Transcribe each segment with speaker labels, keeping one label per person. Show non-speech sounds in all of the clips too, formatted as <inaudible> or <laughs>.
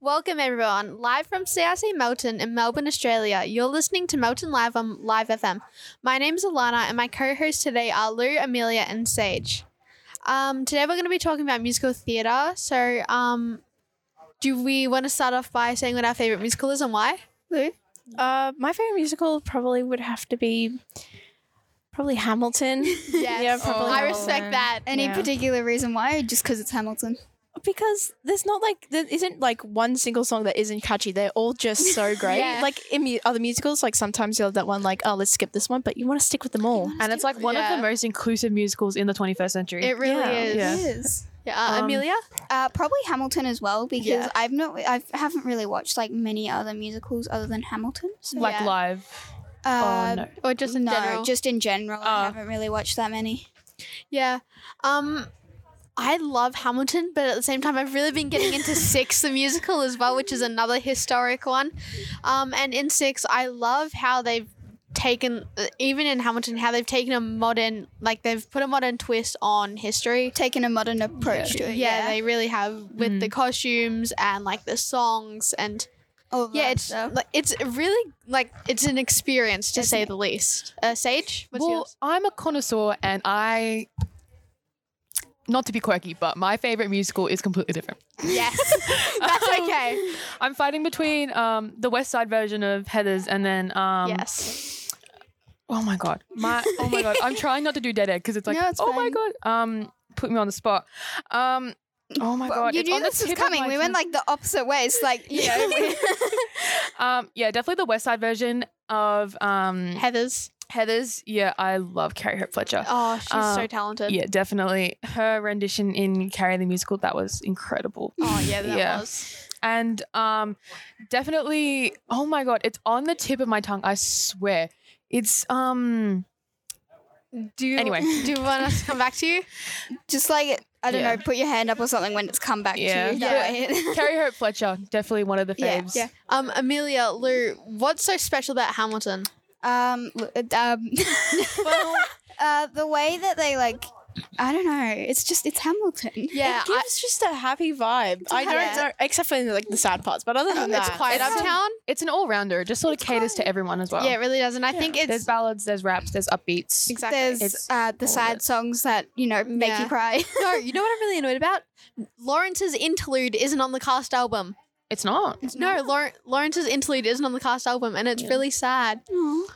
Speaker 1: Welcome, everyone. Live from CRC Melton in Melbourne, Australia, you're listening to Melton Live on Live FM. My name's Alana, and my co hosts today are Lou, Amelia, and Sage. Um, today, we're going to be talking about musical theatre. So, um, do we want to start off by saying what our favourite musical is and why? Lou?
Speaker 2: Uh, my favorite musical probably would have to be probably Hamilton. Yeah, probably. Oh,
Speaker 1: I
Speaker 2: Hamilton.
Speaker 1: respect that.
Speaker 3: Any
Speaker 2: Yeah.
Speaker 3: particular reason why? Just because it's Hamilton.
Speaker 2: because there's not like there isn't like one single song that isn't catchy. They're all just so great.
Speaker 1: Yeah.
Speaker 2: Like in mu- other musicals, like sometimes you'll have that one like oh let's skip this one, but you want to stick with them all.
Speaker 4: And it's like one of
Speaker 1: Yeah.
Speaker 4: the most inclusive musicals in the 21st century.
Speaker 1: It really
Speaker 2: Yeah.
Speaker 1: is.
Speaker 4: Yeah.
Speaker 3: is.
Speaker 1: Yeah, uh,
Speaker 4: Um,
Speaker 1: Amelia?
Speaker 3: Uh, probably Hamilton as well because
Speaker 1: Yeah.
Speaker 3: I've not I haven't really watched like many other musicals other than Hamilton. So.
Speaker 4: like
Speaker 1: Yeah.
Speaker 4: live.
Speaker 3: Uh,
Speaker 4: oh no.
Speaker 1: Or just in
Speaker 3: no,
Speaker 1: general?
Speaker 3: just in general. I
Speaker 4: Oh.
Speaker 3: haven't really watched that many.
Speaker 1: Yeah. Um I love Hamilton, but at the same time I've really been getting
Speaker 4: <laughs>
Speaker 1: into Six the musical as well, which is another historic one. Um and in Six I love how they've taken uh, even in Hamilton how they've taken a modern like they've put a modern twist on history.
Speaker 3: Taken a modern approach to
Speaker 1: Yeah,
Speaker 3: it. Yeah.
Speaker 1: they really have with
Speaker 4: Mm.
Speaker 1: the costumes and like the songs and
Speaker 3: All of
Speaker 1: yeah,
Speaker 3: that
Speaker 1: it's
Speaker 3: stuff.
Speaker 1: like it's really like it's an experience to say the least. Uh, Sage, what's
Speaker 4: well,
Speaker 1: yours?
Speaker 4: I'm a connoisseur and I not to be quirky, but my favorite musical is completely different. <laughs> Um,
Speaker 1: Yes, that's okay.
Speaker 4: I'm fighting between um, the West Side version of Heather's and then um,
Speaker 1: yes,
Speaker 4: Oh my god. My oh my god. I'm trying not to do dead air because it's like
Speaker 3: No, it's
Speaker 4: oh my
Speaker 3: fine.
Speaker 4: god. Um put me on the spot. Um oh my
Speaker 3: Well,
Speaker 4: god.
Speaker 3: you
Speaker 4: it's
Speaker 3: knew
Speaker 4: on the
Speaker 3: this was
Speaker 4: tip of
Speaker 3: coming.
Speaker 4: my
Speaker 3: We went
Speaker 4: tongue.
Speaker 3: like the opposite ways.
Speaker 4: <laughs>
Speaker 3: Like you <laughs> know, we-
Speaker 4: um yeah, definitely the West Side version of um
Speaker 1: Heather's.
Speaker 4: Heather's. Yeah, I love Carrie Hope Fletcher.
Speaker 1: Oh, she's so
Speaker 4: Uh,
Speaker 1: talented.
Speaker 4: Yeah, definitely. Her rendition in Carrie the Musical, that was incredible.
Speaker 1: Oh yeah, that
Speaker 4: <laughs> Yeah.
Speaker 1: was.
Speaker 4: And um definitely oh my god, it's on the tip of my tongue, I swear. It's um
Speaker 1: Do you,
Speaker 4: Anyway.
Speaker 1: do you <laughs> want us to come back to you?
Speaker 3: just like I don't
Speaker 4: Yeah.
Speaker 3: know, put your hand up or something when it's come back
Speaker 4: Yeah.
Speaker 3: to you.
Speaker 1: Yeah.
Speaker 3: That way. <laughs>
Speaker 4: Carrie Hope Fletcher, definitely one of the
Speaker 3: Yeah,
Speaker 4: faves.
Speaker 3: yeah.
Speaker 1: Um, Amelia, Lou, what's so special about Hamilton?
Speaker 3: Um, l- um, <laughs> uh, the way that they like, I don't know. It's just it's Hamilton.
Speaker 1: Yeah,
Speaker 2: it gives just a happy vibe. I don't
Speaker 1: Yeah.
Speaker 2: know, except for like the sad parts, but other than
Speaker 1: I,
Speaker 2: that,
Speaker 1: it's quiet
Speaker 4: It's-
Speaker 1: uptown.
Speaker 4: It's an all rounder. It just sort of caters to everyone as well.
Speaker 1: Yeah, it really does, and I think
Speaker 4: there's
Speaker 1: it's
Speaker 4: ballads, there's raps, there's upbeats.
Speaker 1: exactly.
Speaker 3: There's uh, the
Speaker 4: all
Speaker 3: sad
Speaker 4: of it.
Speaker 3: songs that you know make
Speaker 1: Yeah.
Speaker 3: you <laughs> cry.
Speaker 1: <laughs> no, you know what I'm really annoyed about? Lawrence's interlude isn't on the cast album.
Speaker 4: It's not.
Speaker 3: <laughs>
Speaker 1: No, Laur- Lawrence's interlude isn't on the cast album, and it's really sad.
Speaker 3: <laughs>
Speaker 4: oh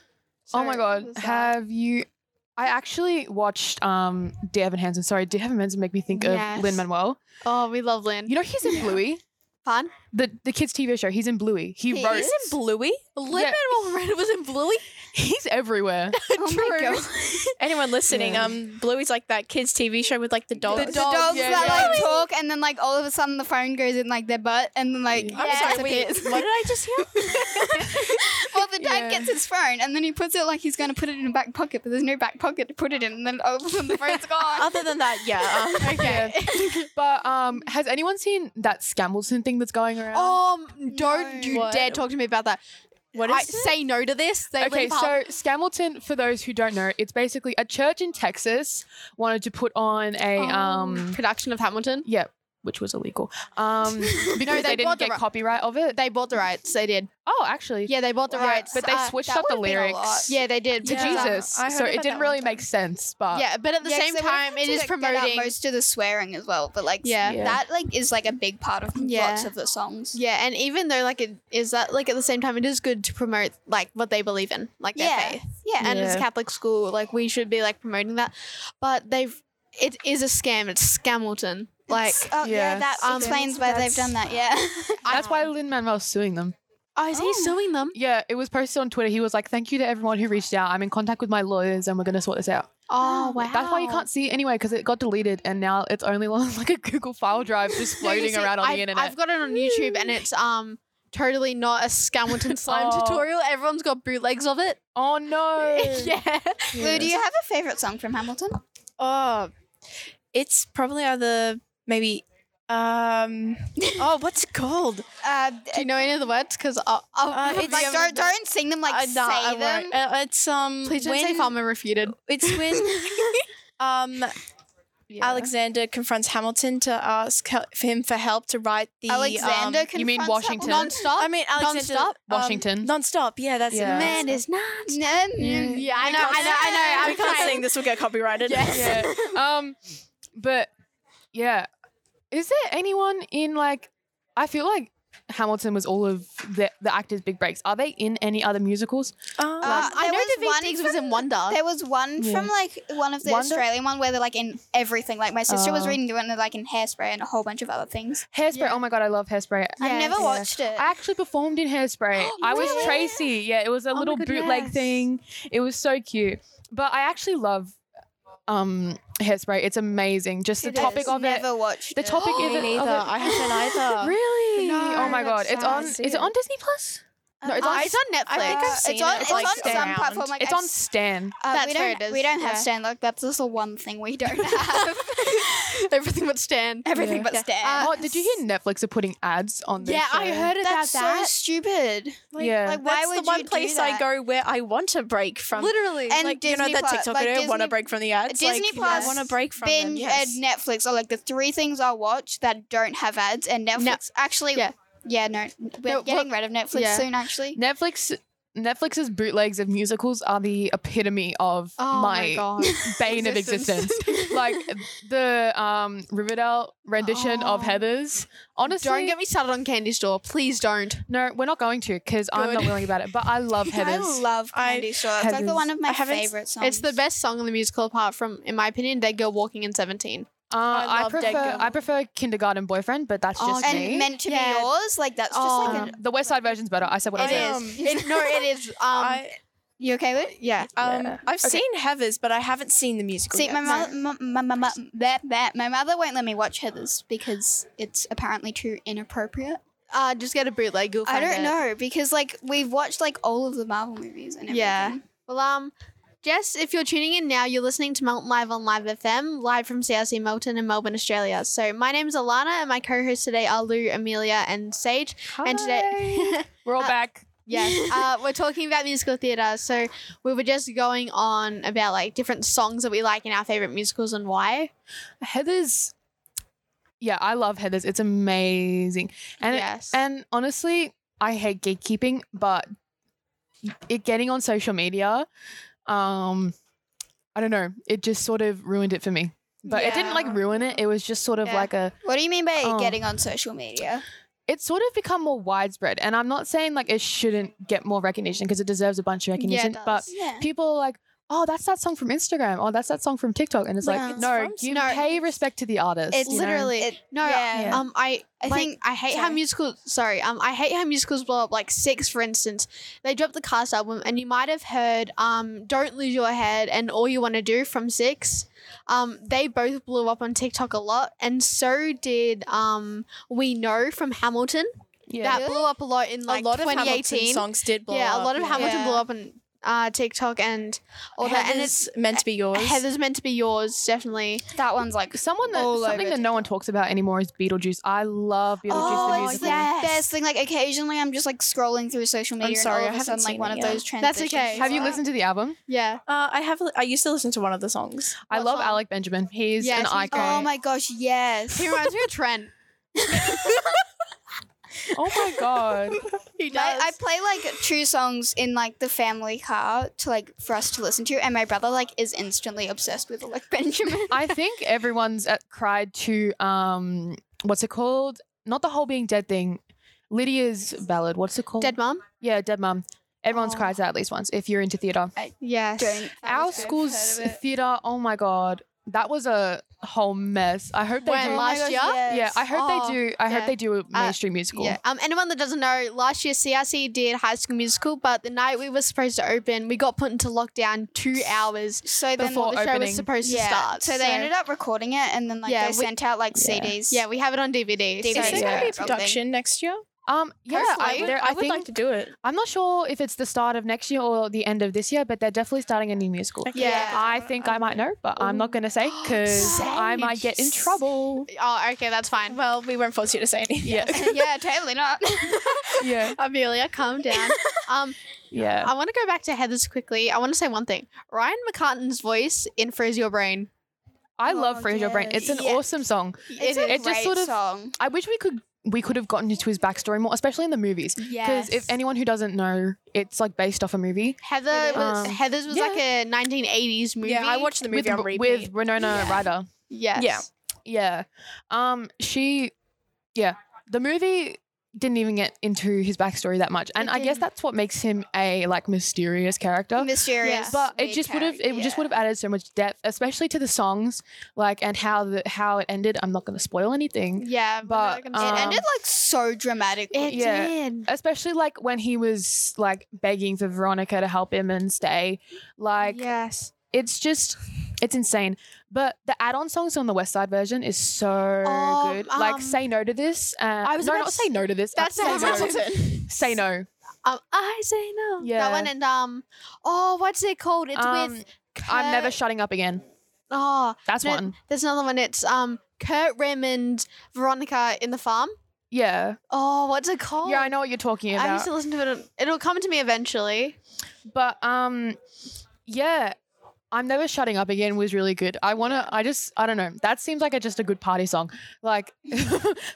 Speaker 4: my god. Have you I actually watched um Dear Evan Hansen. Sorry, Dear Evan Hansen make me think
Speaker 1: Yes.
Speaker 4: of Lin Manuel.
Speaker 1: Oh, we love Lynn.
Speaker 4: You know he's in Bluey.
Speaker 1: Fun.
Speaker 4: The the kids TV show, he's in Bluey. He,
Speaker 3: He
Speaker 4: wrote
Speaker 3: is
Speaker 2: isn't Bluey?
Speaker 1: Lin
Speaker 4: Yeah.
Speaker 1: Manuel Miranda was in Bluey.
Speaker 4: <laughs> he's
Speaker 1: <laughs>
Speaker 4: everywhere.
Speaker 3: oh my
Speaker 1: True.
Speaker 3: god.
Speaker 2: Anyone listening?
Speaker 4: Yeah.
Speaker 2: Um, Bluey's like that kids' TV show with like the dolls.
Speaker 3: The
Speaker 1: doll- Dolls,
Speaker 3: dogs
Speaker 1: yeah,
Speaker 3: that
Speaker 1: yeah.
Speaker 3: like talk and then like all of a sudden the phone goes in like their butt and then like
Speaker 2: I'm
Speaker 1: Yeah.
Speaker 2: sorry, wait, what did I just hear?
Speaker 3: <laughs> well the dad
Speaker 4: Yeah.
Speaker 3: gets his phone and then he puts it like he's gonna put it in a back pocket but there's no back pocket to put it in and then all of a sudden the <laughs> phone's gone.
Speaker 2: other than that, yeah. um,
Speaker 4: okay. but um has anyone seen that Scambleton thing that's going around?
Speaker 1: Um, don't
Speaker 3: No.
Speaker 1: you
Speaker 2: What?
Speaker 1: dare talk to me about that.
Speaker 2: What
Speaker 1: I
Speaker 2: is it?
Speaker 1: say no to this. They
Speaker 4: Okay,
Speaker 1: leave half-
Speaker 4: so Scambleton, for those who don't know, it's basically a church in Texas wanted to put on a
Speaker 1: Oh.
Speaker 4: um
Speaker 1: production of Hamilton.
Speaker 4: yeah, which was illegal.
Speaker 1: <laughs>
Speaker 4: Um because
Speaker 1: they
Speaker 4: they,
Speaker 1: bought
Speaker 4: didn't
Speaker 1: the
Speaker 4: get
Speaker 1: ri-
Speaker 4: copyright of it.
Speaker 1: They bought the rights. They did.
Speaker 4: oh, actually.
Speaker 1: Yeah, they bought the
Speaker 4: Yeah,
Speaker 1: rights.
Speaker 4: but they
Speaker 1: Uh,
Speaker 4: switched
Speaker 3: that
Speaker 4: up the
Speaker 3: would've been a lot.
Speaker 4: lyrics
Speaker 1: yeah, they did.
Speaker 4: to
Speaker 1: which
Speaker 3: Yeah.
Speaker 1: is, uh,
Speaker 4: Jesus. Uh,
Speaker 2: I heard
Speaker 4: So it
Speaker 2: about that
Speaker 4: didn't
Speaker 2: one
Speaker 4: really
Speaker 2: time.
Speaker 4: make sense, but
Speaker 1: Yeah, but at the
Speaker 3: Yeah, 'cause
Speaker 1: same
Speaker 3: they would've
Speaker 1: time,
Speaker 3: had
Speaker 1: it
Speaker 3: to,
Speaker 1: is
Speaker 3: like, get out
Speaker 1: promoting.
Speaker 3: most of the swearing as well, but like
Speaker 1: Yeah.
Speaker 4: Yeah.
Speaker 3: that like is like a big part of
Speaker 1: Yeah.
Speaker 3: lots of the songs.
Speaker 1: Yeah, and even though like it is that like at the same time, it is good to promote like what they believe in, like their
Speaker 3: Yeah.
Speaker 1: faith.
Speaker 3: Yeah.
Speaker 1: and it's a
Speaker 4: Yeah.
Speaker 1: Catholic school. Like we should be like promoting that, but they've it is a scam. It's Scamilton. Like
Speaker 3: It's- oh, yeah,
Speaker 4: Yeah.
Speaker 3: that
Speaker 1: Um,
Speaker 3: explains why they've
Speaker 2: that's-
Speaker 3: done that. Yeah,
Speaker 4: that's why Lin Manuel's suing them.
Speaker 1: oh, is he
Speaker 3: Oh.
Speaker 1: suing them?
Speaker 4: Yeah, it was posted on Twitter. He was like, "Thank you to everyone who reached out. I'm in contact with my lawyers, and we're gonna sort this out."
Speaker 1: Oh
Speaker 3: Oh,
Speaker 1: wow,
Speaker 4: That's why you can't see it anyway because it got deleted, and now it's only <laughs> on like a Google file drive just
Speaker 1: No, you
Speaker 4: floating
Speaker 1: see,
Speaker 4: around on
Speaker 1: I've,
Speaker 4: the internet.
Speaker 1: I've got it on YouTube, and it's um totally not a Scamilton slime
Speaker 4: Oh.
Speaker 1: tutorial. Everyone's got bootlegs of it.
Speaker 4: oh no!
Speaker 1: yeah.
Speaker 3: Lou, do you have a favorite song from Hamilton?
Speaker 2: Oh, it's probably either maybe. Um. Oh, what's it called?
Speaker 3: Uh,
Speaker 1: Do you know any of the words? Because I'll, I'll
Speaker 2: Uh,
Speaker 1: if
Speaker 2: it's-
Speaker 1: I
Speaker 3: like
Speaker 2: have
Speaker 3: don't,
Speaker 2: the-
Speaker 3: don't sing them like
Speaker 2: Uh, nah, I
Speaker 3: say
Speaker 2: won't.
Speaker 3: them.
Speaker 2: Uh, it's um. <laughs>
Speaker 1: Please don't
Speaker 2: when,
Speaker 1: say farmer refuted.
Speaker 2: It's when. um.
Speaker 4: Yeah.
Speaker 2: Alexander confronts Hamilton to ask hel- for him for help to write the.
Speaker 3: Alexander
Speaker 2: Um,
Speaker 3: confronts
Speaker 4: you mean
Speaker 3: Hamilton?
Speaker 4: Washington?
Speaker 1: Non-stop.
Speaker 2: I mean, Alexander.
Speaker 1: Nonstop?
Speaker 4: Washington.
Speaker 2: Non stop. Yeah, that's
Speaker 4: Yeah.
Speaker 2: it.
Speaker 1: Man is not.
Speaker 3: No,
Speaker 4: Mm.
Speaker 1: Yeah, I know, I know, I know. I'm
Speaker 2: we can't
Speaker 1: trying.
Speaker 2: sing this. We'll get copyrighted. <laughs>
Speaker 4: yeah. Um, but yeah, is there anyone in like? I feel like Hamilton was all of the the actors' big breaks. Are they in any other musicals?
Speaker 2: Um,
Speaker 3: Uh,
Speaker 1: I
Speaker 3: there
Speaker 1: know
Speaker 3: was
Speaker 1: the
Speaker 3: one
Speaker 1: VTX was in Wonder.
Speaker 3: There was one
Speaker 4: Yeah.
Speaker 3: from like one of the
Speaker 4: Wonder-
Speaker 3: Australian one where they're like in everything. Like my sister was
Speaker 4: Oh.
Speaker 3: reading the one like in Hairspray and a whole bunch of other things.
Speaker 4: Hairspray.
Speaker 1: Yeah.
Speaker 4: Oh my god, I love Hairspray.
Speaker 3: I've
Speaker 1: Yes.
Speaker 3: never
Speaker 1: Yeah.
Speaker 3: watched it.
Speaker 4: I actually performed in Hairspray.
Speaker 1: <gasps>
Speaker 4: I was
Speaker 1: really? Oh
Speaker 4: Tracy. Yeah, it was a
Speaker 1: my
Speaker 4: little
Speaker 1: God,
Speaker 4: bootleg
Speaker 1: yes.
Speaker 4: thing. It was so cute. But I actually love um Hairspray. It's amazing. Just the
Speaker 1: It
Speaker 4: topic
Speaker 1: is.
Speaker 4: of
Speaker 3: never
Speaker 4: it.
Speaker 3: watched.
Speaker 4: The
Speaker 3: it.
Speaker 1: Oh,
Speaker 4: topic is of it-
Speaker 1: <laughs>
Speaker 2: haven't either.
Speaker 4: Really?
Speaker 1: No,
Speaker 4: oh my god.
Speaker 2: that's
Speaker 4: It's
Speaker 2: sad.
Speaker 4: on is it on Disney Plus? No, it's
Speaker 1: Oh,
Speaker 4: on
Speaker 1: it's on Netflix.
Speaker 2: uh, I think I've
Speaker 3: Uh, it's
Speaker 2: seen
Speaker 3: on,
Speaker 2: it.
Speaker 3: it's
Speaker 2: It's like
Speaker 3: on some
Speaker 2: around.
Speaker 3: platform. Like
Speaker 4: It's
Speaker 3: I've
Speaker 4: on Stan.
Speaker 3: Uh,
Speaker 1: That's
Speaker 3: we
Speaker 1: where
Speaker 3: don't,
Speaker 1: it is,
Speaker 3: We don't have
Speaker 1: yeah.
Speaker 3: Stan. Like that's just the one thing we don't have. <laughs>
Speaker 2: <laughs>
Speaker 1: <laughs> Everything but Stan.
Speaker 3: Everything
Speaker 4: Yeah.
Speaker 3: but Stan.
Speaker 1: Uh,
Speaker 4: oh, did you hear Netflix are putting ads on this?
Speaker 1: Yeah, I heard about
Speaker 3: that's so
Speaker 1: that.
Speaker 3: stupid.
Speaker 2: Like,
Speaker 4: yeah.
Speaker 3: Like why
Speaker 2: That's
Speaker 3: would
Speaker 2: the one
Speaker 3: you
Speaker 2: place
Speaker 3: do
Speaker 2: I
Speaker 3: that?
Speaker 2: go where I want to break from.
Speaker 1: Literally.
Speaker 3: And
Speaker 2: like
Speaker 3: Disney
Speaker 2: you know that
Speaker 3: Plus,
Speaker 2: TikTok
Speaker 3: like
Speaker 2: video, want
Speaker 3: Disney-
Speaker 2: to break from the ads.
Speaker 3: Disney
Speaker 2: like,
Speaker 3: Plus,
Speaker 2: I want to break from them.
Speaker 3: Binge
Speaker 2: Yes.
Speaker 3: and Netflix are like the three things I watch that don't have ads, and Netflix actually.
Speaker 1: Yeah.
Speaker 3: Yeah. no, we're
Speaker 1: No,
Speaker 3: getting rid of Netflix
Speaker 1: yeah.
Speaker 3: soon. Actually,
Speaker 4: Netflix Netflix's bootlegs of musicals are the epitome of
Speaker 1: oh my,
Speaker 4: my,
Speaker 1: god.
Speaker 4: bane of
Speaker 1: Existence.
Speaker 4: existence. like the um Riverdale rendition of
Speaker 1: Oh.
Speaker 4: Heather's.
Speaker 1: <laughs>
Speaker 4: Honestly,
Speaker 1: Don't get me started on Candy Store. Please don't.
Speaker 4: no, we're not going to because I'm not
Speaker 2: Good.
Speaker 4: willing about it. But
Speaker 2: <laughs>
Speaker 4: I love Heather's.
Speaker 3: I love
Speaker 2: I-
Speaker 3: Candy Store. It's like the
Speaker 4: Heathers.
Speaker 3: one of
Speaker 2: I
Speaker 3: my
Speaker 2: haven't s-
Speaker 3: favorite songs.
Speaker 1: It's the best song in the musical apart from, in my opinion, Dead Girl Walking in 17.
Speaker 4: uh, I,
Speaker 2: love Dead
Speaker 4: prefer
Speaker 2: Girl.
Speaker 4: I prefer Kindergarten Boyfriend, but that's
Speaker 1: Oh,
Speaker 4: just
Speaker 3: and
Speaker 4: me.
Speaker 3: meant to
Speaker 1: Yeah.
Speaker 3: be yours. Like that's just
Speaker 1: Oh.
Speaker 3: like.
Speaker 4: Um,
Speaker 3: An,
Speaker 4: the West Side version's better. I said what I
Speaker 2: It
Speaker 4: said.
Speaker 2: is.
Speaker 1: It- no, <laughs> it is. Um,
Speaker 2: I,
Speaker 3: you okay, Luke?
Speaker 1: yeah.
Speaker 2: um,
Speaker 4: Yeah.
Speaker 2: I've seen Heathers, but I haven't seen the musical.
Speaker 3: See,
Speaker 2: yet.
Speaker 3: my mother, my, my, my, my, that, that, my mother won't let me watch Heathers because it's apparently too inappropriate.
Speaker 1: Uh, just get a bootleg. You'll
Speaker 3: I
Speaker 1: find
Speaker 3: don't
Speaker 1: it.
Speaker 3: know because like we've watched like all of the Marvel movies and everything.
Speaker 1: Yeah. Well, um, Jess, if you're tuning in now, you're listening to Melton Live on Live FM, live from CRC Melton in Melbourne, Australia. So my name's Alana, and my co-hosts today are Lou, Amelia, and Sage. And <laughs> today,
Speaker 4: we're all
Speaker 1: Uh,
Speaker 4: back.
Speaker 1: yes, uh, we're talking about musical theatre. So we were just going on about like different songs that we like in our favorite musicals and why.
Speaker 4: Heather's. Yeah, I love Heather's. It's amazing. And it-
Speaker 1: yes,
Speaker 4: And honestly, I hate gatekeeping, but it getting on social media, um, I don't know, it just sort of ruined it for me. But it didn't like
Speaker 1: Yeah.
Speaker 4: ruin it. It was just sort of
Speaker 1: Yeah.
Speaker 4: like a.
Speaker 3: What do you mean by
Speaker 4: Oh.
Speaker 3: getting on social media?
Speaker 4: It's sort of become more widespread, and I'm not saying like it shouldn't get more recognition because it deserves a bunch of recognition. but
Speaker 3: Yeah.
Speaker 4: people are like, oh, that's that song from Instagram. Oh, that's that song from TikTok, and it's
Speaker 3: No.
Speaker 4: like,
Speaker 3: It's
Speaker 4: no,
Speaker 2: from
Speaker 4: you
Speaker 1: No.
Speaker 4: pay respect to the artist.
Speaker 3: It's
Speaker 4: you know?
Speaker 1: literally
Speaker 3: It-
Speaker 1: no.
Speaker 3: yeah.
Speaker 1: Um, I
Speaker 3: I
Speaker 1: like,
Speaker 3: think-
Speaker 1: I hate how
Speaker 3: sorry.
Speaker 1: musicals. Sorry, um, I hate how musicals blow up. Like Six, for instance, they dropped the cast album, and you might have heard um, "Don't Lose Your Head" and "All You Want to Do" from Six. Um, they both blew up on TikTok a lot, and so did um, "We Know" from Hamilton.
Speaker 4: yeah.
Speaker 1: That blew up a lot in like
Speaker 2: a lot of Hamilton
Speaker 1: 2018.
Speaker 2: songs did blow
Speaker 1: yeah,
Speaker 2: up.
Speaker 1: a lot of Hamilton
Speaker 3: Yeah.
Speaker 1: blew up on uh, TikTok and all that, and it's
Speaker 2: Heathers meant to be yours.
Speaker 1: Heather's meant to be yours, definitely.
Speaker 3: Oh, That one's like
Speaker 4: Someone that
Speaker 3: all
Speaker 4: something
Speaker 3: over
Speaker 4: that no one talks about anymore is Beetlejuice. I love Beetlejuice
Speaker 3: Oh,
Speaker 4: the
Speaker 3: it's
Speaker 4: musical.
Speaker 3: the best thing. Like occasionally, I'm just like scrolling through social media,
Speaker 2: sorry,
Speaker 3: and all
Speaker 2: I
Speaker 3: of a sudden,
Speaker 2: haven't
Speaker 3: like
Speaker 2: seen
Speaker 3: one
Speaker 2: it
Speaker 3: of
Speaker 2: yet.
Speaker 3: those
Speaker 1: That's
Speaker 3: transitions.
Speaker 1: okay.
Speaker 4: Have you
Speaker 3: is
Speaker 4: listened to the album?
Speaker 1: Yeah.
Speaker 2: Uh, I have. I used to listen to one of the songs.
Speaker 4: I
Speaker 1: What
Speaker 4: love
Speaker 1: song?
Speaker 4: Alec Benjamin. He's
Speaker 1: Yes,
Speaker 4: an
Speaker 1: he's
Speaker 4: icon.
Speaker 3: Oh my gosh, yes.
Speaker 1: <laughs> He reminds me of Trent.
Speaker 4: Oh my god.
Speaker 1: <laughs> He
Speaker 3: My- I play like two songs in like the family car to like for us to listen to, and my brother like is instantly obsessed with like <laughs> Benjamin.
Speaker 4: I think everyone's at, cried to um what's it called? Not the whole being dead thing. Lydia's ballad. What's it called?
Speaker 1: Dead mom?
Speaker 4: Yeah, Dead Mum. Everyone's
Speaker 3: Oh.
Speaker 4: cried to that at least once if you're into theatre.
Speaker 1: Yes.
Speaker 3: Don't-
Speaker 4: Our
Speaker 3: I've
Speaker 4: school's
Speaker 3: heard of
Speaker 4: <laughs>
Speaker 3: it.
Speaker 4: theatre, oh my god. That was a whole mess. I hope they
Speaker 1: When
Speaker 4: do.
Speaker 1: last
Speaker 3: Oh my gosh,
Speaker 1: year?
Speaker 4: yeah,
Speaker 3: yes.
Speaker 4: I hope
Speaker 1: Oh,
Speaker 4: they do. I
Speaker 1: yeah.
Speaker 4: hope they do a mainstream musical.
Speaker 1: Yeah. Um, anyone that doesn't know, last year CRC did High School Musical, but the night we were supposed to open, we got put into lockdown two hours
Speaker 3: so then
Speaker 1: before
Speaker 4: Before
Speaker 1: the show was
Speaker 4: opening.
Speaker 1: supposed to
Speaker 3: yeah,
Speaker 1: start.
Speaker 3: So, they ended up recording it, and then like
Speaker 1: Yeah,
Speaker 3: they
Speaker 1: we-
Speaker 3: sent out like
Speaker 4: Yeah.
Speaker 3: CDs.
Speaker 1: Yeah, we have it on DVD.
Speaker 3: Is
Speaker 1: so-
Speaker 2: Is there going
Speaker 3: Sorry,
Speaker 2: to
Speaker 3: yeah.
Speaker 2: be a production next year?
Speaker 4: Um, yeah,
Speaker 1: Personally,
Speaker 4: I,
Speaker 1: I would-
Speaker 4: there- I think
Speaker 2: to do it.
Speaker 4: I'm not sure if it's the start of next year or the end of this year, but they're definitely starting a new musical.
Speaker 2: Okay.
Speaker 1: Yeah.
Speaker 3: <laughs>
Speaker 4: I think I might know, but I'm not going to say because I might get in
Speaker 1: Sage.
Speaker 4: trouble.
Speaker 1: Oh, okay, that's fine.
Speaker 2: Well, we won't force you to say anything. <laughs>
Speaker 4: Yeah.
Speaker 3: yeah, totally
Speaker 4: <laughs>
Speaker 3: not.
Speaker 4: yeah.
Speaker 1: <laughs> Amelia, <laughs> calm down. um,
Speaker 4: Yeah.
Speaker 1: <laughs> I want to go back to Heather's quickly. I want to say one thing. Ryan McCartan's voice in Frizz Your Brain.
Speaker 4: I love
Speaker 3: Oh,
Speaker 4: Freeze Your Brain. It's an
Speaker 3: yes.
Speaker 4: awesome song.
Speaker 3: It's
Speaker 1: It
Speaker 3: a
Speaker 4: is. It
Speaker 3: great
Speaker 4: just sort of-
Speaker 3: song.
Speaker 4: I wish we could we could have gotten into his backstory more, especially in the movies. Because if anyone who doesn't know, it's like based off a movie,
Speaker 1: Heather
Speaker 3: It
Speaker 1: was,
Speaker 4: is.
Speaker 1: Heather's was
Speaker 4: Yeah.
Speaker 1: like a 1980s movie.
Speaker 2: Yeah, I watched the movie on
Speaker 4: with
Speaker 2: repeat.
Speaker 4: with Winona
Speaker 3: Yeah.
Speaker 4: Ryder.
Speaker 1: Yes.
Speaker 2: Yeah.
Speaker 4: Yeah. Um. She. Yeah. The movie didn't even get into his backstory that much, and
Speaker 1: It
Speaker 4: I guess
Speaker 1: didn't.
Speaker 4: that's what makes him a like mysterious character.
Speaker 3: mysterious.
Speaker 4: But it
Speaker 3: weird
Speaker 4: just would have it
Speaker 3: character,
Speaker 4: just
Speaker 3: yeah.
Speaker 4: would have added so much depth, especially to the songs, like and how the how it ended. I'm not going to spoil anything,
Speaker 1: Yeah. we're not
Speaker 4: But,
Speaker 1: gonna
Speaker 4: um,
Speaker 1: say
Speaker 3: It
Speaker 1: that.
Speaker 3: ended like so dramatically.
Speaker 1: it
Speaker 4: yeah.
Speaker 1: did.
Speaker 4: especially like when he was like begging for Veronica to help him and stay. Like
Speaker 1: yes.
Speaker 4: it's just it's insane. But the add-on songs on the West Side version is so
Speaker 1: Um,
Speaker 4: good. Like
Speaker 1: um,
Speaker 4: say no to this. Uh,
Speaker 1: I was
Speaker 4: no,
Speaker 1: about
Speaker 4: not
Speaker 1: to
Speaker 4: say no to this. uh,
Speaker 1: That's
Speaker 4: say,
Speaker 1: it. That's
Speaker 4: no.
Speaker 1: it.
Speaker 4: say no.
Speaker 1: Um, I say no.
Speaker 4: Yeah.
Speaker 1: That one and um. Oh, what's it called? It's
Speaker 4: Um,
Speaker 1: with.
Speaker 4: I'm never
Speaker 1: Kurt-
Speaker 4: shutting up again.
Speaker 1: Oh,
Speaker 4: That's
Speaker 1: No.
Speaker 4: one.
Speaker 1: there's another one. It's um Kurt Raymond, Veronica in the farm.
Speaker 4: Yeah.
Speaker 1: Oh, what's it called?
Speaker 4: Yeah, I know what you're talking about.
Speaker 1: I used to listen to it. on- It'll come to me eventually.
Speaker 4: But um, yeah, I'm never shutting up again was really good. I wanna, I just, I don't know. That seems like a, just a good party song, like <laughs>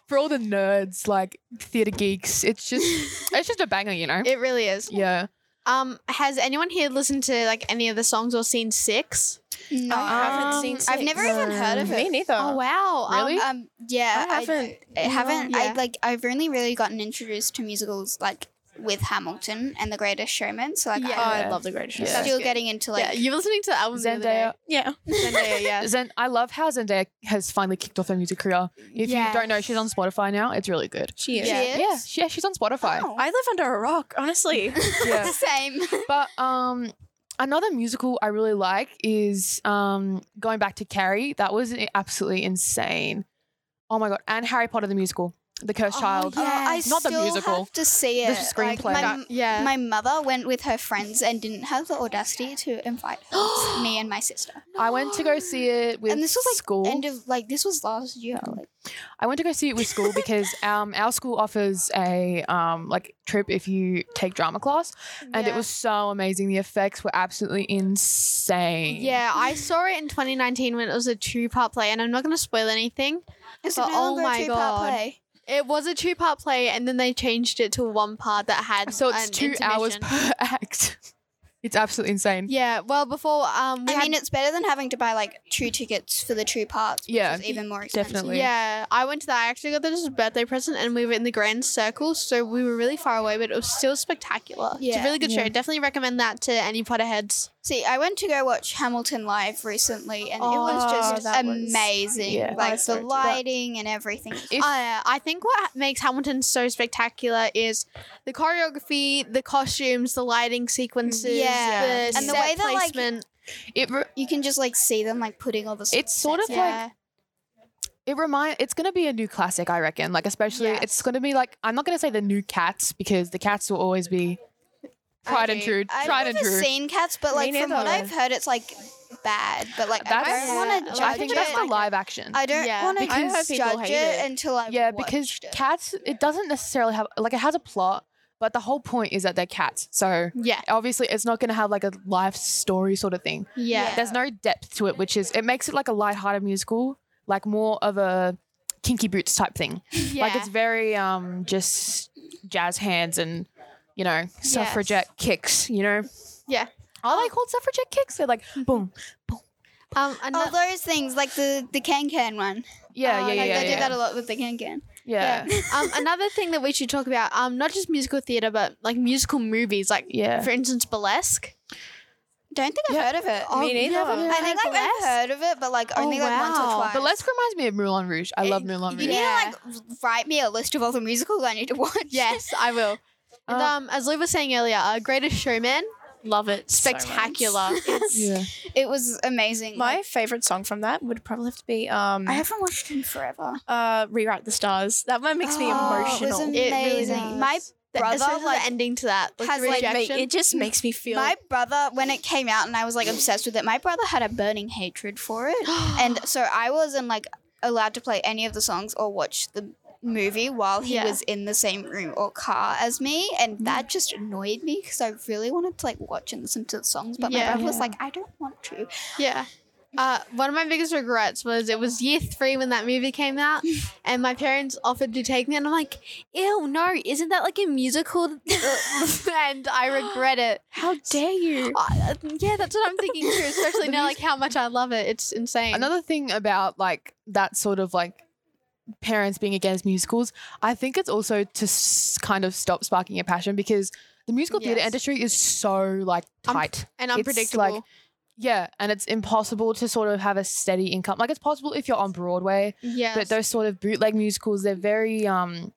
Speaker 4: for all the nerds, like theater geeks.
Speaker 1: <laughs>
Speaker 4: It's just, it's just a banger, you know.
Speaker 1: It really is.
Speaker 4: yeah,
Speaker 1: Um, has anyone here listened to like any of the songs or seen Six?
Speaker 3: No,
Speaker 2: I haven't seen.
Speaker 4: Um,
Speaker 3: I've never
Speaker 4: Six.
Speaker 3: even heard of it.
Speaker 2: Me neither.
Speaker 4: Uh,
Speaker 1: Oh wow! Um,
Speaker 4: really?
Speaker 3: Um, yeah,
Speaker 2: I haven't.
Speaker 3: I, haven't.
Speaker 1: Yeah.
Speaker 3: I like. I've only really gotten introduced to musicals like with Hamilton and The Greatest Showman. So like,
Speaker 1: Yeah.
Speaker 2: Oh, I
Speaker 4: Yeah.
Speaker 2: love the greatest
Speaker 4: Yeah.
Speaker 3: I'm
Speaker 2: show.
Speaker 3: still getting into like.
Speaker 1: yeah, you were listening to the album
Speaker 4: Zendaya.
Speaker 2: Yeah.
Speaker 1: The other <laughs> day. Zendaya, yeah.
Speaker 4: Zen, I love how Zendaya has finally kicked off her music career. If you don't know, she's on Spotify now. It's really good.
Speaker 2: She
Speaker 1: is.
Speaker 2: is.
Speaker 1: Yeah.
Speaker 3: Yes.
Speaker 4: Yeah, she- yeah, she's on Spotify.
Speaker 3: Oh,
Speaker 2: I live under a rock,
Speaker 3: <laughs>
Speaker 2: honestly.
Speaker 4: <laughs> Yeah.
Speaker 3: Same.
Speaker 4: But um another musical I really like is um going back to Carrie. That was i- absolutely insane. Oh my god, and Harry Potter the musical, The Cursed Child.
Speaker 3: Oh, I
Speaker 4: Not the
Speaker 3: still
Speaker 4: musical.
Speaker 3: Have to see
Speaker 4: The
Speaker 3: it.
Speaker 4: screenplay.
Speaker 3: Like,
Speaker 4: That-
Speaker 3: my,
Speaker 1: yeah. <laughs>
Speaker 3: my mother went with her friends and didn't have the audacity to
Speaker 1: <gasps>
Speaker 3: invite her, me and my sister.
Speaker 4: I went to go see it with
Speaker 3: and this was like
Speaker 4: school.
Speaker 3: end of like this was last year. Like,
Speaker 4: I went to go see it with school because um our school offers a um like trip if you take drama class, and it
Speaker 1: Yeah.
Speaker 4: was so amazing. The effects were absolutely insane.
Speaker 1: Yeah, I saw it in 2019 when it was a two-part play, and I'm not going to spoil anything.
Speaker 3: it's
Speaker 1: But
Speaker 3: no
Speaker 1: oh
Speaker 3: longer a
Speaker 1: my
Speaker 3: two-part
Speaker 1: God.
Speaker 3: play.
Speaker 1: It was a two-part play, and then they changed it to one part that had
Speaker 4: So it's
Speaker 1: an
Speaker 4: two hours
Speaker 1: intermission.
Speaker 4: per <laughs> act. It's absolutely insane.
Speaker 1: yeah. Well, before um, we
Speaker 3: I
Speaker 1: had-
Speaker 3: mean, it's better than having to buy like two tickets for the two parts. Which
Speaker 4: Yeah,
Speaker 3: is even more expensive.
Speaker 4: definitely.
Speaker 1: Yeah, I went to that. I actually got this as a birthday present, and we were in the grand circle, so we were really far away, but it was still spectacular. It's a
Speaker 3: Yeah.
Speaker 1: really good
Speaker 4: Yeah.
Speaker 1: show. Definitely recommend that to any Potterheads.
Speaker 3: See, I went to go watch Hamilton live recently, and it
Speaker 1: Oh,
Speaker 3: was just
Speaker 1: that was-
Speaker 3: amazing.
Speaker 4: Yeah.
Speaker 3: Like
Speaker 2: I saw it
Speaker 3: the
Speaker 2: too.
Speaker 3: lighting and everything.
Speaker 4: If-
Speaker 1: uh, I think what makes Hamilton so spectacular is the choreography, the costumes, the lighting sequences,
Speaker 3: Yeah.
Speaker 1: the
Speaker 3: And the
Speaker 1: set
Speaker 3: way that, like,
Speaker 1: placement.
Speaker 4: It re-
Speaker 3: You can just like see them like putting all the.
Speaker 4: It's sort
Speaker 3: sets
Speaker 4: of
Speaker 3: in.
Speaker 4: like- it remind it's gonna be a new classic, I reckon. Like especially it's gonna be like I'm not gonna say the new cats because the cats will always be tried and
Speaker 1: agree.
Speaker 4: true.
Speaker 3: I've
Speaker 4: tried and
Speaker 3: never
Speaker 4: true.
Speaker 3: seen cats, but like from what
Speaker 2: neither.
Speaker 3: I've heard, it's like bad. But like
Speaker 4: That's
Speaker 3: I don't want to
Speaker 1: Yeah,
Speaker 3: judge
Speaker 4: I think
Speaker 3: it.
Speaker 4: that's the
Speaker 1: like it.
Speaker 4: live action.
Speaker 3: I don't
Speaker 1: Yeah.
Speaker 3: want to
Speaker 4: Because- I
Speaker 3: judge
Speaker 4: heard
Speaker 2: people
Speaker 3: it,
Speaker 2: hate it.
Speaker 3: until I
Speaker 4: yeah, because
Speaker 3: watched it.
Speaker 4: cats it doesn't necessarily have like it has a plot, but the whole point is that they're cats. So
Speaker 1: Yeah,
Speaker 4: obviously it's not gonna have like a life story sort of thing.
Speaker 1: yeah,
Speaker 3: Yeah.
Speaker 4: There's no depth to it, which is it makes it like a lighthearted musical, like more of a kinky boots type thing.
Speaker 1: yeah.
Speaker 4: Like it's very um just jazz hands and you know suffragette kicks. You know.
Speaker 1: Yeah.
Speaker 4: Are they called suffragette kicks? They're like boom.
Speaker 1: um, ano-
Speaker 3: Oh, those things like the the can can one.
Speaker 4: Yeah,
Speaker 1: Oh,
Speaker 4: yeah,
Speaker 1: no,
Speaker 4: yeah,
Speaker 3: Like
Speaker 4: yeah.
Speaker 3: they
Speaker 4: yeah.
Speaker 3: do that a lot with the can can.
Speaker 4: yeah.
Speaker 1: um, another thing that we should talk about, um, not just musical theater, but like musical movies, like
Speaker 4: Yeah.
Speaker 3: <laughs>
Speaker 1: for instance, Burlesque.
Speaker 3: Don't think I've
Speaker 4: Yeah.
Speaker 3: heard of it.
Speaker 1: Oh,
Speaker 2: Me neither.
Speaker 1: yeah, but-
Speaker 3: I think like, I've
Speaker 1: Burlesque?
Speaker 3: heard of it, but like
Speaker 1: Oh,
Speaker 3: only like once
Speaker 1: wow.
Speaker 3: or twice.
Speaker 4: But Burlesque reminds me of Moulin Rouge. I love
Speaker 3: Uh,
Speaker 4: Moulin
Speaker 3: You
Speaker 4: Rouge.
Speaker 3: need
Speaker 1: Yeah.
Speaker 3: to like write me a list of all the musicals I need to watch. <laughs>
Speaker 1: Yes, I will. And,
Speaker 4: Uh,
Speaker 1: um, as Lou was saying earlier, uh, Greatest Showman,
Speaker 2: Love
Speaker 1: <laughs>
Speaker 2: it.
Speaker 1: spectacular.
Speaker 3: <laughs>
Speaker 1: it's
Speaker 4: Yeah.
Speaker 3: it was amazing.
Speaker 2: My
Speaker 3: Like, mm.
Speaker 2: favorite song from that would probably have to be um
Speaker 3: I haven't watched it in forever.
Speaker 2: uh Rewrite the Stars. That one makes me
Speaker 3: Oh, it was
Speaker 2: emotional.
Speaker 3: am-
Speaker 1: it really
Speaker 3: Amazing.
Speaker 1: My the,
Speaker 3: brother,
Speaker 1: especially
Speaker 3: like,
Speaker 1: the ending to that like,
Speaker 3: has,
Speaker 1: the
Speaker 3: like,
Speaker 2: It ma-
Speaker 1: rejection.
Speaker 2: it just makes me feel
Speaker 3: My brother, when it came out and I was like obsessed with it, my brother had a burning hatred for it. and so I wasn't like allowed to play any of the songs or watch the movie while he
Speaker 1: Yeah.
Speaker 3: was in the same room or car as me. And that just annoyed me because I really wanted to like watch and listen to the songs, but
Speaker 1: Yeah.
Speaker 3: my brother was
Speaker 4: Yeah.
Speaker 3: like, I don't want to.
Speaker 1: yeah, Uh, one of my biggest regrets was it was year three when that movie came out, and my parents offered to take me, and I'm like, ew, no, isn't that like a musical? <laughs> and I regret it.
Speaker 2: How dare you?
Speaker 3: <laughs>
Speaker 1: Uh, yeah, that's what I'm thinking too, especially now, like how much I love it. It's insane.
Speaker 4: Another thing about like that sort of like parents being against musicals, I think it's also to s- kind of stop sparking a passion because the musical theater
Speaker 1: Yes.
Speaker 4: industry is so like
Speaker 1: Um,
Speaker 4: tight.
Speaker 1: and
Speaker 4: it's,
Speaker 1: unpredictable.
Speaker 4: like, yeah, and it's impossible to sort of have a steady income. Like it's possible if you're on Broadway,
Speaker 1: yeah.
Speaker 4: but those sort of bootleg musicals, they're very um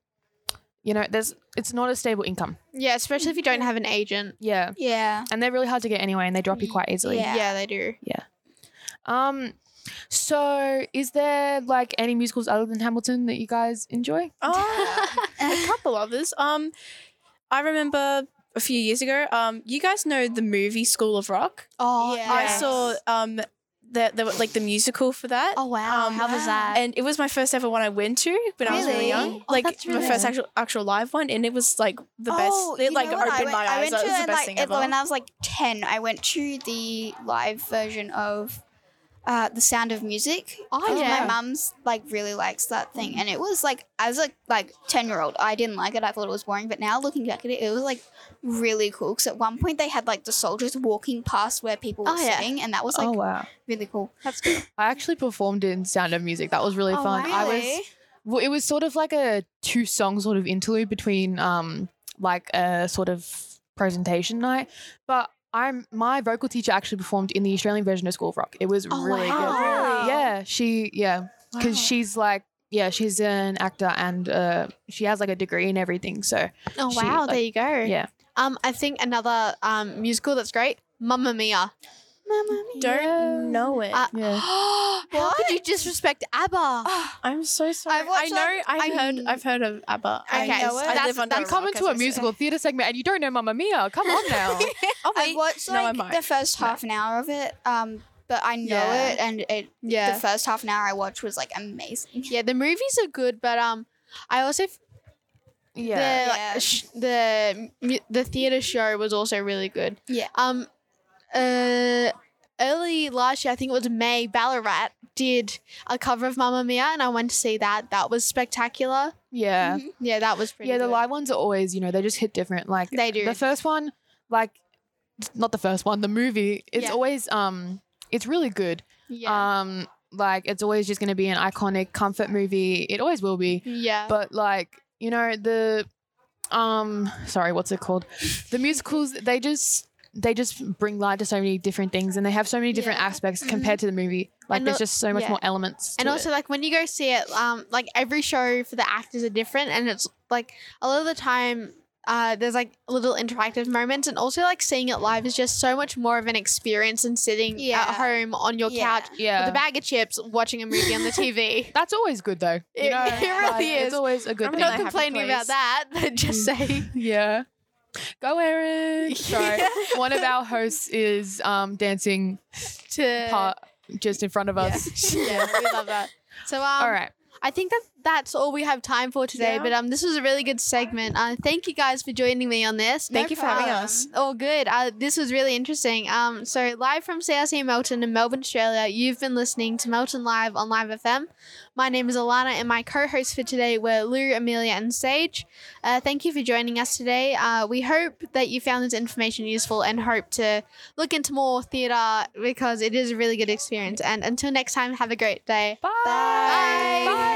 Speaker 4: you know, there's it's not a stable income.
Speaker 1: yeah, especially if you don't have an agent.
Speaker 4: Yeah.
Speaker 3: Yeah.
Speaker 4: And they're really hard to get anyway and they drop you quite easily.
Speaker 3: Yeah.
Speaker 1: yeah they do.
Speaker 4: Um so is there like any musicals other than Hamilton that you guys enjoy?
Speaker 2: Oh,
Speaker 3: <laughs>
Speaker 2: a couple others. Um, I remember a few years ago. Um, you guys know the movie School of Rock.
Speaker 1: Oh,
Speaker 3: Yeah.
Speaker 2: I
Speaker 3: Yes.
Speaker 2: saw um that the like the musical for that.
Speaker 1: Oh wow,
Speaker 2: Um,
Speaker 1: how was that?
Speaker 2: And it was my first ever one I went to when I was really
Speaker 3: Really?
Speaker 2: young.
Speaker 1: Oh,
Speaker 2: Like
Speaker 1: that's
Speaker 2: my
Speaker 1: really
Speaker 2: first
Speaker 1: cool.
Speaker 2: actual actual live one, and it was like the
Speaker 3: Oh,
Speaker 2: best. It
Speaker 3: you
Speaker 2: like
Speaker 3: know what?
Speaker 2: opened
Speaker 3: I went,
Speaker 2: my
Speaker 3: I
Speaker 2: eyes.
Speaker 3: went
Speaker 2: That
Speaker 3: to
Speaker 2: was the
Speaker 3: it,
Speaker 2: best
Speaker 3: like,
Speaker 2: thing
Speaker 3: it-
Speaker 2: ever.
Speaker 3: when I was like ten. I went to the live version of uh, the Sound of Music.
Speaker 1: oh
Speaker 3: 'cause
Speaker 1: yeah.
Speaker 3: My mum's like really likes that thing,
Speaker 2: Mm.
Speaker 3: and it was like as a like ten year old, I didn't like it. I thought it was boring, but now looking back at it, it was like really cool. Because at one point they had like the soldiers walking past where people were
Speaker 1: Oh, yeah.
Speaker 3: sitting, and that was like
Speaker 4: oh wow.
Speaker 3: really cool.
Speaker 1: That's good.
Speaker 4: I actually performed in Sound of Music. That was really
Speaker 1: Oh,
Speaker 4: fun. I was
Speaker 1: really?
Speaker 4: well, it was sort of like a two song sort of interlude between um like a sort of presentation night. But I'm my vocal teacher actually performed in the Australian version of School of Rock. It was
Speaker 1: Oh,
Speaker 4: really
Speaker 1: wow.
Speaker 4: good. Yeah, she yeah, because she's like yeah, she's an actor and uh she has like a degree and everything. So
Speaker 1: Oh
Speaker 4: She,
Speaker 1: wow,
Speaker 4: like-
Speaker 1: there you go.
Speaker 4: yeah,
Speaker 1: Um, I think another um musical that's great, Mamma Mia. <gasps> Mamma Mia.
Speaker 2: Don't
Speaker 4: Yeah.
Speaker 2: know it.
Speaker 1: Uh,
Speaker 4: yeah.
Speaker 1: How could you disrespect ABBA?
Speaker 2: I'm so sorry.
Speaker 3: watched
Speaker 2: I know.
Speaker 3: that-
Speaker 2: I've
Speaker 3: I-
Speaker 2: heard. I've heard of ABBA.
Speaker 1: Okay,
Speaker 2: I,
Speaker 1: so
Speaker 2: I
Speaker 1: that's-
Speaker 2: live under
Speaker 1: that's
Speaker 2: a
Speaker 4: Come
Speaker 2: rock,
Speaker 4: into
Speaker 2: as
Speaker 4: a
Speaker 2: I say.
Speaker 4: musical theater segment and you don't know Mamma Mia. Come on
Speaker 1: <laughs>
Speaker 4: now.
Speaker 2: Oh,
Speaker 3: I watched
Speaker 2: no, I
Speaker 3: like
Speaker 2: might.
Speaker 3: the first half an hour of it, um, but I know
Speaker 2: Yeah.
Speaker 3: it, and it
Speaker 1: yeah.
Speaker 3: the first half an hour I watched was like amazing.
Speaker 1: yeah, the movies are good, but um, I also f-
Speaker 4: <laughs> yeah.
Speaker 1: the like,
Speaker 3: Yeah.
Speaker 1: sh- the mu- the theater show was also really good.
Speaker 3: Yeah.
Speaker 1: Um, uh, early last year, I think it was May, Ballarat did a cover of Mamma Mia, and I went to see that. That was spectacular.
Speaker 4: Yeah.
Speaker 1: Yeah, that was Mm-hmm. pretty.
Speaker 4: Mm-hmm. yeah, the
Speaker 1: good.
Speaker 4: live ones are always, you know, they just hit different. Like
Speaker 1: They do.
Speaker 4: The first one, like not the first one, the movie, it's
Speaker 1: Yeah.
Speaker 4: always um it's really good.
Speaker 1: Yeah.
Speaker 4: Um like it's always just gonna be an iconic comfort movie. It always will be.
Speaker 1: yeah.
Speaker 4: But like, you know, the um sorry, what's it called? The musicals, they just they just bring light to so many different things and they have so many different
Speaker 1: Yeah. Mm-hmm.
Speaker 4: aspects compared to the movie. Like
Speaker 1: And
Speaker 4: there's
Speaker 1: al-
Speaker 4: just so much
Speaker 1: yeah.
Speaker 4: more elements.
Speaker 1: and
Speaker 4: to
Speaker 1: also
Speaker 4: it.
Speaker 1: like when you go see it um like every show for the actors are different and it's like a lot of the time uh there's like little interactive moments and also like seeing it live is just so much more of an experience than sitting
Speaker 3: Yeah.
Speaker 1: at home on your
Speaker 3: Yeah.
Speaker 1: couch
Speaker 4: yeah.
Speaker 1: with a bag of chips watching a movie on the
Speaker 4: <laughs>
Speaker 1: tv
Speaker 4: that's always good though. You
Speaker 1: It-
Speaker 4: know,
Speaker 1: it really
Speaker 4: like,
Speaker 1: is.
Speaker 4: It's always a good
Speaker 2: I'm
Speaker 1: i'm
Speaker 4: thing.
Speaker 2: in
Speaker 1: not
Speaker 2: a happy
Speaker 1: complaining about
Speaker 2: place.
Speaker 1: that <laughs> but just
Speaker 4: Mm.
Speaker 1: saying
Speaker 4: <laughs> Yeah. Go
Speaker 1: <laughs>
Speaker 4: Erin. Sorry. One of our hosts is um dancing
Speaker 1: to
Speaker 4: part just in front of us.
Speaker 1: Uh, <laughs> yeah we love that so um
Speaker 4: <laughs> All right.
Speaker 1: I think that that's all we have time for today.
Speaker 2: Yeah.
Speaker 1: But um, this was a really good segment. Uh, thank you guys for joining me on this.
Speaker 2: Thank
Speaker 3: No
Speaker 2: you for having
Speaker 3: problem.
Speaker 2: us.
Speaker 1: All good. Uh, this was really interesting. Um, so live from CRC Melton in Melbourne, Australia, you've been listening to Melton Live on Live FM. My name is Alana, and my co-hosts for today were Lou, Amelia, and Sage. Uh, thank you for joining us today. Uh, we hope that you found this information useful and hope to look into more theatre because it is a really good experience. And until next time, have a great day.
Speaker 4: Bye. Bye.